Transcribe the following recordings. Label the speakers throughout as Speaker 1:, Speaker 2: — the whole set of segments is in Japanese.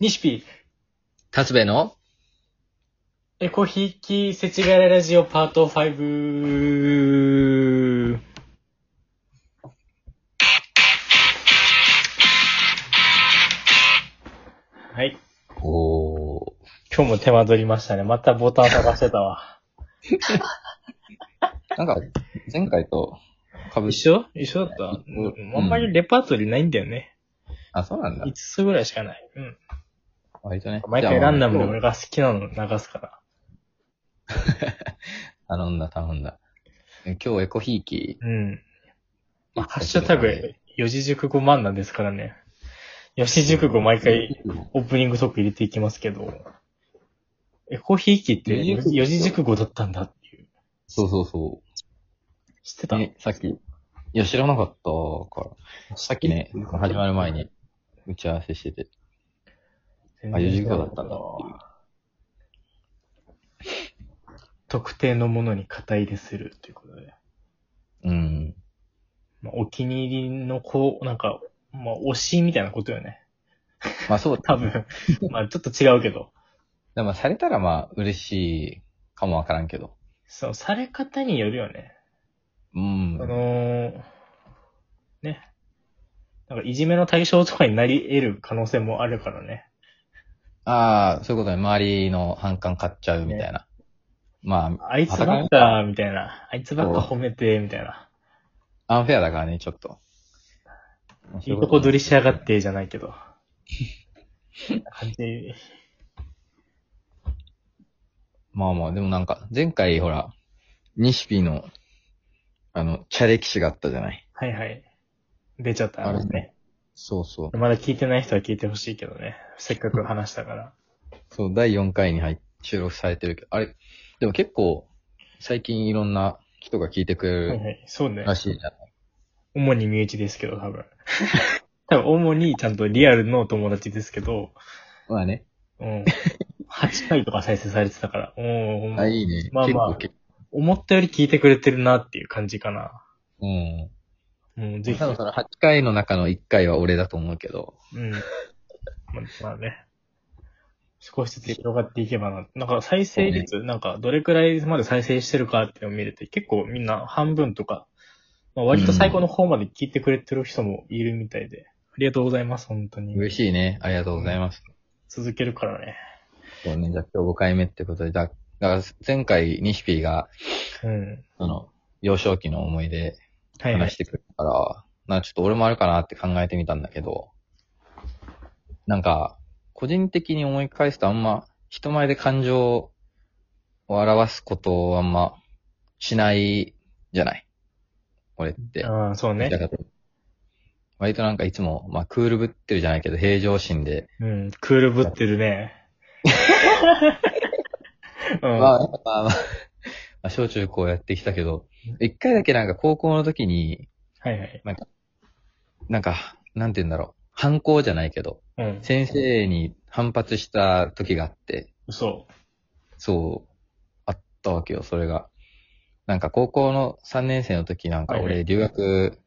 Speaker 1: 西ピー、
Speaker 2: 達兵衛の
Speaker 1: エコひいきせちがらラジオパート5。はい。
Speaker 2: おー。
Speaker 1: 今日も手間取りましたね。またボタン探してたわ。
Speaker 2: なんか、前回と被っ
Speaker 1: 一緒一緒だった、
Speaker 2: うん
Speaker 1: あんまりレパートリーないんだよね。
Speaker 2: あ、そうなんだ
Speaker 1: 5。つぐらいしかない。うん。
Speaker 2: 割とね。
Speaker 1: 毎回ランダムで
Speaker 2: じゃあ
Speaker 1: 俺が好きなの流すから。
Speaker 2: 頼んだ、頼んだ。今日エコひいき。
Speaker 1: うん。まあ、ハッシュタグ、四字熟語漫談ですからね。四字熟語毎回。オープニングトーク入れていきますけど、エコひいきって
Speaker 2: 四字熟語
Speaker 1: 四字熟語だったんだっていう。
Speaker 2: そうそうそ
Speaker 1: 知って
Speaker 2: う。
Speaker 1: た
Speaker 2: ね、さっき。いや、知らなかったから。さっきね、始まる前に打ち合わせしてて。あ、四時間だったんだっていう。
Speaker 1: 特定のものに肩入れするということで。
Speaker 2: うん。
Speaker 1: まあ、お気に入りの子、なんか、まあ、推しみたいなことよね。
Speaker 2: まあそう、
Speaker 1: 多。 分。まあ、ちょっと違うけど。
Speaker 2: でもされたらまあ嬉しいかもわからんけど。
Speaker 1: その、され方によるよね。
Speaker 2: うん
Speaker 1: あ。のーね。なんか、いじめの対象とかになり得る可能性もあるからね。
Speaker 2: ああ、そういうことね。周りの反感買っちゃうみたいな。まあ、
Speaker 1: あいつばっか、みたいな。あいつばっか褒めて、みたいな。
Speaker 2: アンフェアだからね、ちょっと。
Speaker 1: いいとこ取りしやがって、じゃないけど。感じ。
Speaker 2: まあまあ、でもなんか、前回ほら、西ピーの、あの、チャレ騎士があったじゃない。
Speaker 1: はいはい。出ちゃった。
Speaker 2: あれね。そうそう。
Speaker 1: まだ聞いてない人は聞いてほしいけどね。せっかく話したから。
Speaker 2: そう、第4回に入っ収録されてるけど、あれ、でも結構、最近いろんな人が聞いてく
Speaker 1: はい
Speaker 2: れ
Speaker 1: は
Speaker 2: る
Speaker 1: い。そうね
Speaker 2: ら。しいじゃん。
Speaker 1: 主に身内ですけど、多分。多分、主にちゃんとリアルのお友達ですけど、
Speaker 2: まあね。
Speaker 1: うん。8回とか再生されてたから、うんほんま
Speaker 2: あ、いいね。
Speaker 1: まあまあ
Speaker 2: 結構
Speaker 1: 思ったより聞いてくれてるなっていう感じかな。
Speaker 2: け、うん。
Speaker 1: うん、ぜひ。
Speaker 2: 多分その8回の中の1回は俺だと思うけど、
Speaker 1: うん。 ままあね。少しずつ広がっていけばな。なんか再生率、なんかどれくらいまで再生してるかっていうのを見れて、結構みんな半分とか、まあ、割と最後の方まで聞いてくれてる人もいるみたいで、ありがとうございます、本当に。
Speaker 2: 嬉しいね。ありがとうございます。
Speaker 1: 続けるからね。
Speaker 2: そうね、じゃあ今日5回目ってことで、だだから前回、ニシピーが、
Speaker 1: うん。
Speaker 2: その、幼少期の思い出
Speaker 1: はい、はい
Speaker 2: 話し。てくるから、なんかちょっと俺もあるかなって考えてみたんだけど、なんか、個人的に思い返すとあんま、人前で感情を表すことをあんましないじゃない俺って。
Speaker 1: ああ、そうね
Speaker 2: だ。から割となんかいつも、まあクールぶってるじゃないけど、平常心で。
Speaker 1: うん、クールぶってる ね。うん。
Speaker 2: まあ、まあ、まあ、まあ小中高やってきたけど、一回だけなんか高校の時に、
Speaker 1: はいはい。
Speaker 2: なんか、なんて言うんだろう。反抗じゃないけど、
Speaker 1: うん。
Speaker 2: 先生に反発した時があって、
Speaker 1: 嘘。
Speaker 2: そう、あったわけよ、それが。なんか高校の3年生の時なんか
Speaker 1: はいは
Speaker 2: 俺留学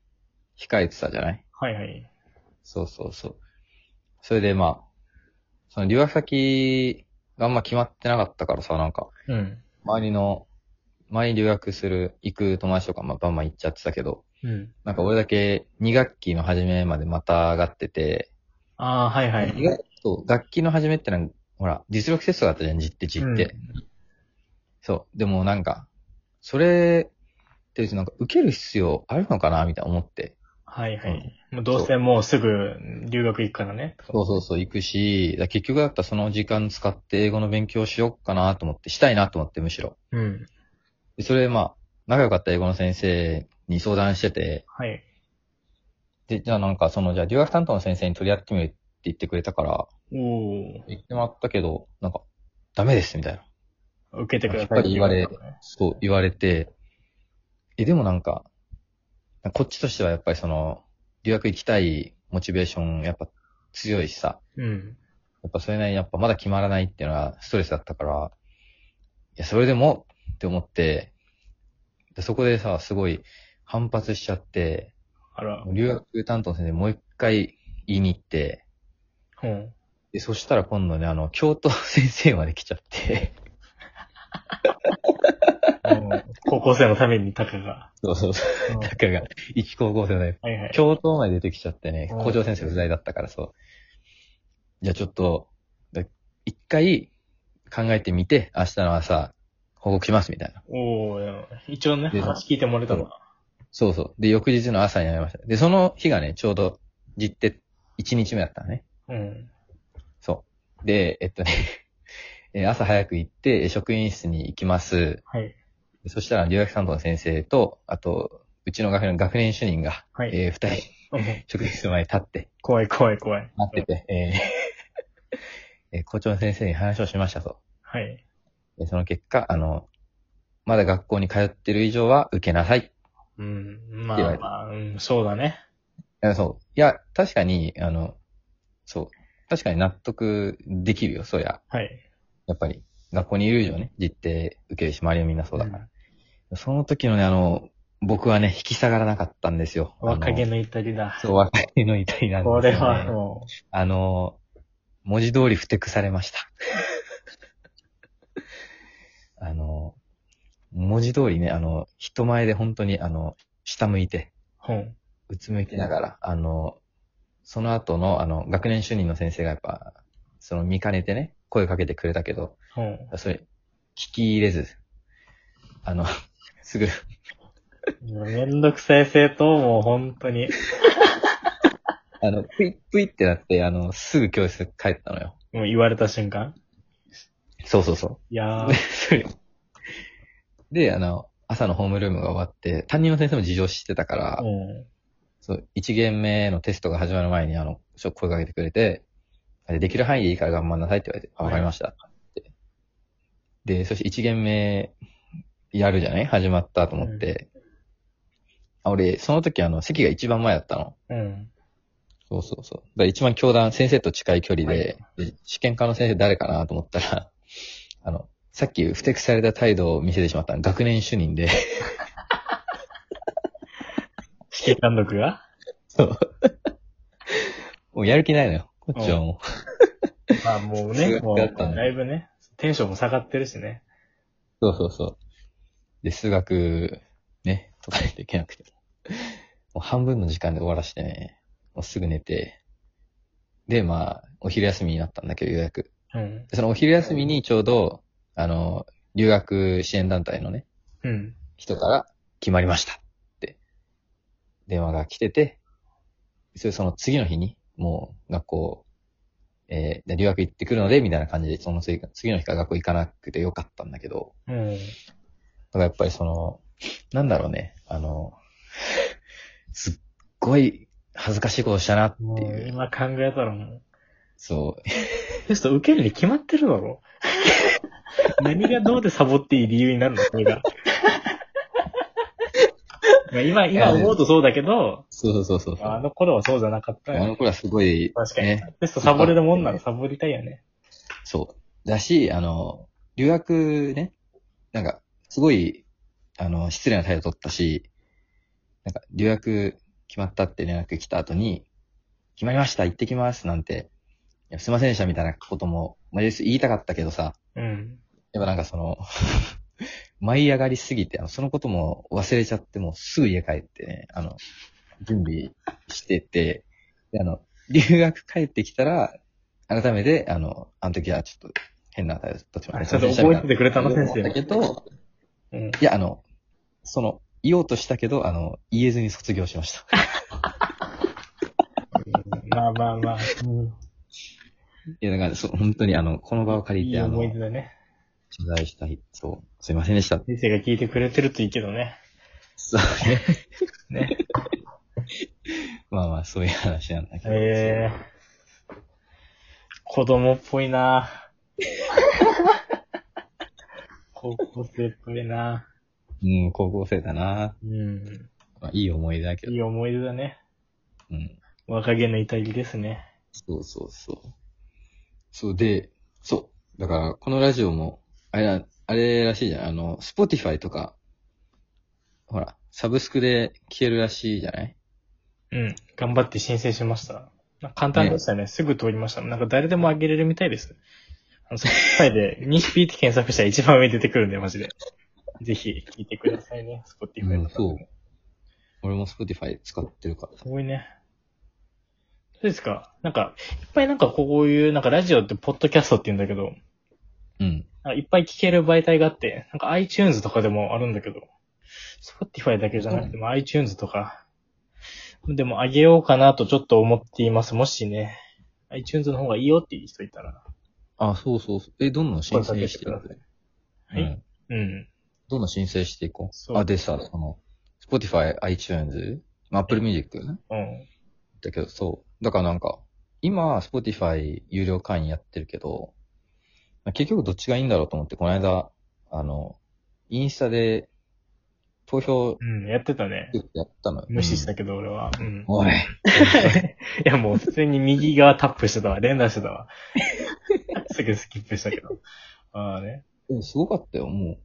Speaker 2: 控えてたじゃない
Speaker 1: はいはい。
Speaker 2: そうそうそう。それでまあ、その留学先があんま決まってなかったからさ、なんか、
Speaker 1: うん。
Speaker 2: 周りの、周りに留学する、行く友達とかまあバンバン行っちゃってたけど、
Speaker 1: うん。
Speaker 2: なんか俺だけ2学期の初めまでまた上がってて、
Speaker 1: ああ、はいはい。
Speaker 2: 意外と楽器の始めってのは、ほら、実力テストだったじゃん、実って実って。そう。でもなんか、それって別になんか受ける必要あるのかなみたいな思って。
Speaker 1: はいは
Speaker 2: うん
Speaker 1: い。もうどうせもうすぐ留学行くからね。
Speaker 2: そうそうそう、行くし、だ結局だったらその時間使って英語の勉強しようかなと思って、したいなと思ってむしろ。
Speaker 1: うん。
Speaker 2: でそれでまあ、仲良かった英語の先生に相談してて、
Speaker 1: はい。
Speaker 2: で、じゃあなんかその、じゃあ留学担当の先生に取り合ってみるって言ってくれたから、
Speaker 1: お
Speaker 2: 言ってもらったけど、なんか、ダメです、みたいな。
Speaker 1: お。受けてください。
Speaker 2: やっぱり言われそう言われて、え、でもなんか、こっちとしてはやっぱりその、留学行きたいモチベーションやっぱ強いしさ、
Speaker 1: うん。
Speaker 2: やっぱそれなりにやっぱまだ決まらないっていうのはストレスだったから、いや、それでもって思って、でそこでさ、すごい反発しちゃって、
Speaker 1: あら。
Speaker 2: 留学担当の先生にもう一回言いに行って、
Speaker 1: うん。
Speaker 2: で、そしたら今度ね、あの、教頭先生まで来ちゃって。
Speaker 1: あの高校生のためにタカが。
Speaker 2: そうそうそう。
Speaker 1: うん
Speaker 2: だから、一高校生のね、
Speaker 1: はいはい。
Speaker 2: 教頭まで出てきちゃってね、
Speaker 1: うん
Speaker 2: 校長先生不在だったからそう。じゃあちょっと、だ一回考えてみて、明日の朝、報告しますみたいな。
Speaker 1: おお一応ね、
Speaker 2: で
Speaker 1: 話聞いてもらえたわ。
Speaker 2: そうそう。で、翌日の朝になりました。で、その日がね、ちょうど、実って1日目だったのね。
Speaker 1: うん。
Speaker 2: そう。で、えっとね、 え朝早く行って、職員室に行きます。
Speaker 1: はい。
Speaker 2: でそしたら、留学担当の先生と、あと、うちの学年学年主任が、
Speaker 1: はい
Speaker 2: えー二人、
Speaker 1: うん
Speaker 2: 職員室の前に立って、
Speaker 1: 怖い怖い怖い。
Speaker 2: 待ってて、えー えー校長の先生に話をしましたと。
Speaker 1: はい。
Speaker 2: でその結果、あの、まだ学校に通ってる以上は受けなさい。
Speaker 1: うん。ま
Speaker 2: って言わ
Speaker 1: あ
Speaker 2: れた
Speaker 1: まあ、うん、そうだね。
Speaker 2: あそう。いや、確かに、あの、そう。確かに納得できるよ、そりゃ。
Speaker 1: はい。
Speaker 2: やっぱり、学校にいる以上ね、実定受けるし、周りはみんなそうだから。
Speaker 1: う
Speaker 2: その時のね、あの、僕はね、引き下がらなかったんですよ。あの
Speaker 1: 若気の至りだ。
Speaker 2: そう、若気の至りなんですよ、
Speaker 1: こ
Speaker 2: ね。
Speaker 1: れはも
Speaker 2: あの、文字通りふてくされました。 あの、文字通りね、あの、人前で本当に、あの、下向いて、
Speaker 1: う、うん。
Speaker 2: うつむきながら、あの、その後の、あの、学年主任の先生がやっぱ、その見かねてね、声かけてくれたけど、
Speaker 1: うん。
Speaker 2: それ、聞き入れず、あの、すぐ、
Speaker 1: めんどくさい生徒をもう本当に。
Speaker 2: あの、ぷいぷいってなって、あの、すぐ教室帰ったのよ。
Speaker 1: もう言われた瞬間。
Speaker 2: そうそうそう。
Speaker 1: いや
Speaker 2: で
Speaker 1: ー、
Speaker 2: それ で、あの、朝のホームルームが終わって、担任の先生も事情知ってたから、
Speaker 1: うん。
Speaker 2: そう、1限目のテストが始まる前に、あの、ちょっと声かけてくれて、あれできる範囲でいいから頑張んなさいって言われて、あ
Speaker 1: はい
Speaker 2: わかりましたって。で、そして1限目やるじゃない始まったと思って。あ俺、その時あの、席が一番前だったの。
Speaker 1: うん。
Speaker 2: そうそうそう。だから一番教団、先生と近い距離で、で試験科の先生誰かなと思ったら、 あの、さっき不適された態度を見せてしまったの学年主任で、
Speaker 1: 試験監督が
Speaker 2: そうもうやる気ないのよ。こっちはもう。
Speaker 1: まあもうね、
Speaker 2: 数
Speaker 1: もう
Speaker 2: 学だったね
Speaker 1: だいぶね、テンションも下がってるしね。
Speaker 2: そうそうそう。で、数学、ね、解かないといけなくて。もう半分の時間で終わらしてね、もうすぐ寝て、で、まあ、お昼休みになったんだけど、ようやく。
Speaker 1: うん。
Speaker 2: でそのお昼休みにちょうど、あの、留学支援団体のね、
Speaker 1: うん。
Speaker 2: 人から決まりましたって電話が来てて、それその次の日にもう学校、えーで留学行ってくるので、みたいな感じで、その次次の日から学校行かなくてよかったんだけど、
Speaker 1: うん。
Speaker 2: だからやっぱりその、なんだろうね、あの、すっごい恥ずかしいことしたなって
Speaker 1: もう
Speaker 2: いう、
Speaker 1: 今考えたらもう、
Speaker 2: そう、
Speaker 1: テスト受けるに決まってるだろ。 何がどうでサボっていい理由になるのこれが。 まあ今、今思うとそうだけど、
Speaker 2: そうそうそうそう。
Speaker 1: あ
Speaker 2: あ
Speaker 1: の頃はそうじゃなかったよね。
Speaker 2: の頃はすごい、
Speaker 1: 確かに。
Speaker 2: ね、
Speaker 1: テストサボれるもんならサボりたいよね。
Speaker 2: そう。だし、あの、留学ね、なんか、すごい、あの、失礼な態度取ったし、なんか、留学決まったって連絡来た後に、決まりました、行ってきます、なんて、いやすいませんでした、みたいなことも、まあ、要するに言いたかったけどさ、
Speaker 1: うん。
Speaker 2: やっぱなんかその、 舞い上がりすぎて、あの、そのことも忘れちゃって、もうすぐ家帰ってね、あの、準備してて、で、あの、留学帰ってきたら、改めて、あの、あの時はちょっと変な態度取ってま
Speaker 1: ちょっと覚えててくれたの先
Speaker 2: だけ
Speaker 1: 生。
Speaker 2: ど、
Speaker 1: うん。
Speaker 2: いや、あの、その、言おうとしたけど、あの、言えずに卒業しました。
Speaker 1: まあまあまあ、うん
Speaker 2: いや、だから、そう、本当にあの、この場を借
Speaker 1: い
Speaker 2: り
Speaker 1: い
Speaker 2: て、あの、
Speaker 1: 思い出
Speaker 2: 取
Speaker 1: だね。
Speaker 2: 材したい。そう、すいませんでした。
Speaker 1: 先生が聞いてくれてるといいけどね。
Speaker 2: そうね。
Speaker 1: ね。
Speaker 2: まあまあ、そういう話なんだけど。
Speaker 1: ええ子供っぽい な高校生っぽいな
Speaker 2: うん、高校生だな。
Speaker 1: うん。
Speaker 2: まあ、いい思い出だけど
Speaker 1: い。い思い出だね。
Speaker 2: うん。
Speaker 1: 若気の至りですね。
Speaker 2: そうそうそう。そうで、そう。だから、このラジオも、あれら、あれらしいじゃん。あの、スポティファイとか、ほら、サブスクで消えるらしいじゃない
Speaker 1: うん。頑張って申請しました。なんか簡単でしたね。すぐ通りました。なんか誰でも上げれるみたいです。あの、その際で、西 P って検索したら一番上に出てくるんで、マジで。ぜひ、聞いてくださいね。Spotify の方でも
Speaker 2: うん俺も Spotify 使ってるから。
Speaker 1: すごいね。どうですかなんか、いっぱいなんかこういう、なんかラジオってポッドキャストって言うんだけど、
Speaker 2: うん。
Speaker 1: なんかいっぱい聞ける媒体があって、なんか iTunes とかでもあるんだけど、Spotify だけじゃなくても iTunes とか、でもあげようかなとちょっと思っています。もしね、iTunes の方がいいよっていう人いたら。
Speaker 2: あ、そうそうそう。え、どんどん申請してい
Speaker 1: 声かけてくだ
Speaker 2: く
Speaker 1: さ
Speaker 2: う
Speaker 1: い
Speaker 2: ん。
Speaker 1: うん。
Speaker 2: どんどん申請していこ
Speaker 1: そう
Speaker 2: う。あ、でさ、その、Spotify、iTunes、まあ Apple Music
Speaker 1: うん。
Speaker 2: だけど、そう。だからなんか、今、Spotify 有料会員やってるけど、まあ結局どっちがいいんだろうと思って、この間、あの、インスタで投票
Speaker 1: うん、やってたね。
Speaker 2: やったのよ。
Speaker 1: 無視した
Speaker 2: うん
Speaker 1: けど俺は。うん。
Speaker 2: おい。
Speaker 1: いやもう普通に右側タップしてたわ。連打してたわ。すぐスキップしたけど。ああね。
Speaker 2: でもすごかったよ、もう。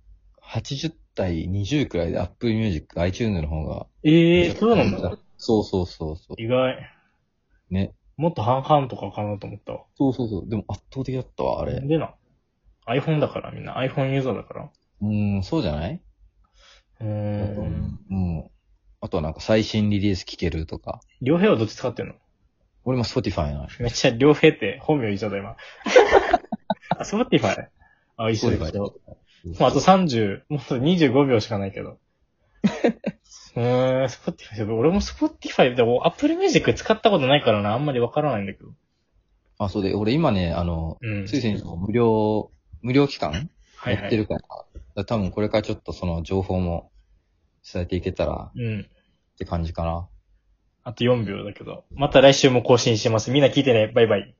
Speaker 2: 80対20くらいで Apple Music、iTunes の方が。
Speaker 1: ええそうなんだ。
Speaker 2: そうそうそうそ
Speaker 1: 意外。
Speaker 2: う。ね。
Speaker 1: もっと半々とかかなと思ったわ。
Speaker 2: そうそうそう。でも圧倒的だったわ、あれ。
Speaker 1: でな。iPhone だからみんな。iPhone ユーザーだから。
Speaker 2: うん、そうじゃないう
Speaker 1: ー。。
Speaker 2: うんうんあとはなんか最新リリース聞けるとか。
Speaker 1: 両平はどっち使ってんの
Speaker 2: 俺も Spotify なの。
Speaker 1: めっちゃ両平って本名言っちゃった 今。あ、Spotify? あ、一緒です
Speaker 2: Spotify
Speaker 1: よ。もうあと30、もうあと25秒しかないけ ど。うーん、Spotify。俺も Spotify でも Apple Music 使ったことないからな、あんまりわからないんだけど。
Speaker 2: あ、そうで、俺今ね、あの、
Speaker 1: うん。
Speaker 2: つい先日も無料、無料期間
Speaker 1: はい
Speaker 2: や
Speaker 1: は
Speaker 2: って
Speaker 1: い。
Speaker 2: るから。だから多分これからちょっとその情報も伝えていけたら
Speaker 1: うん。
Speaker 2: って感じかな。
Speaker 1: あと4秒だけど。また来週も更新します。みんな聞いてね。バイバイ。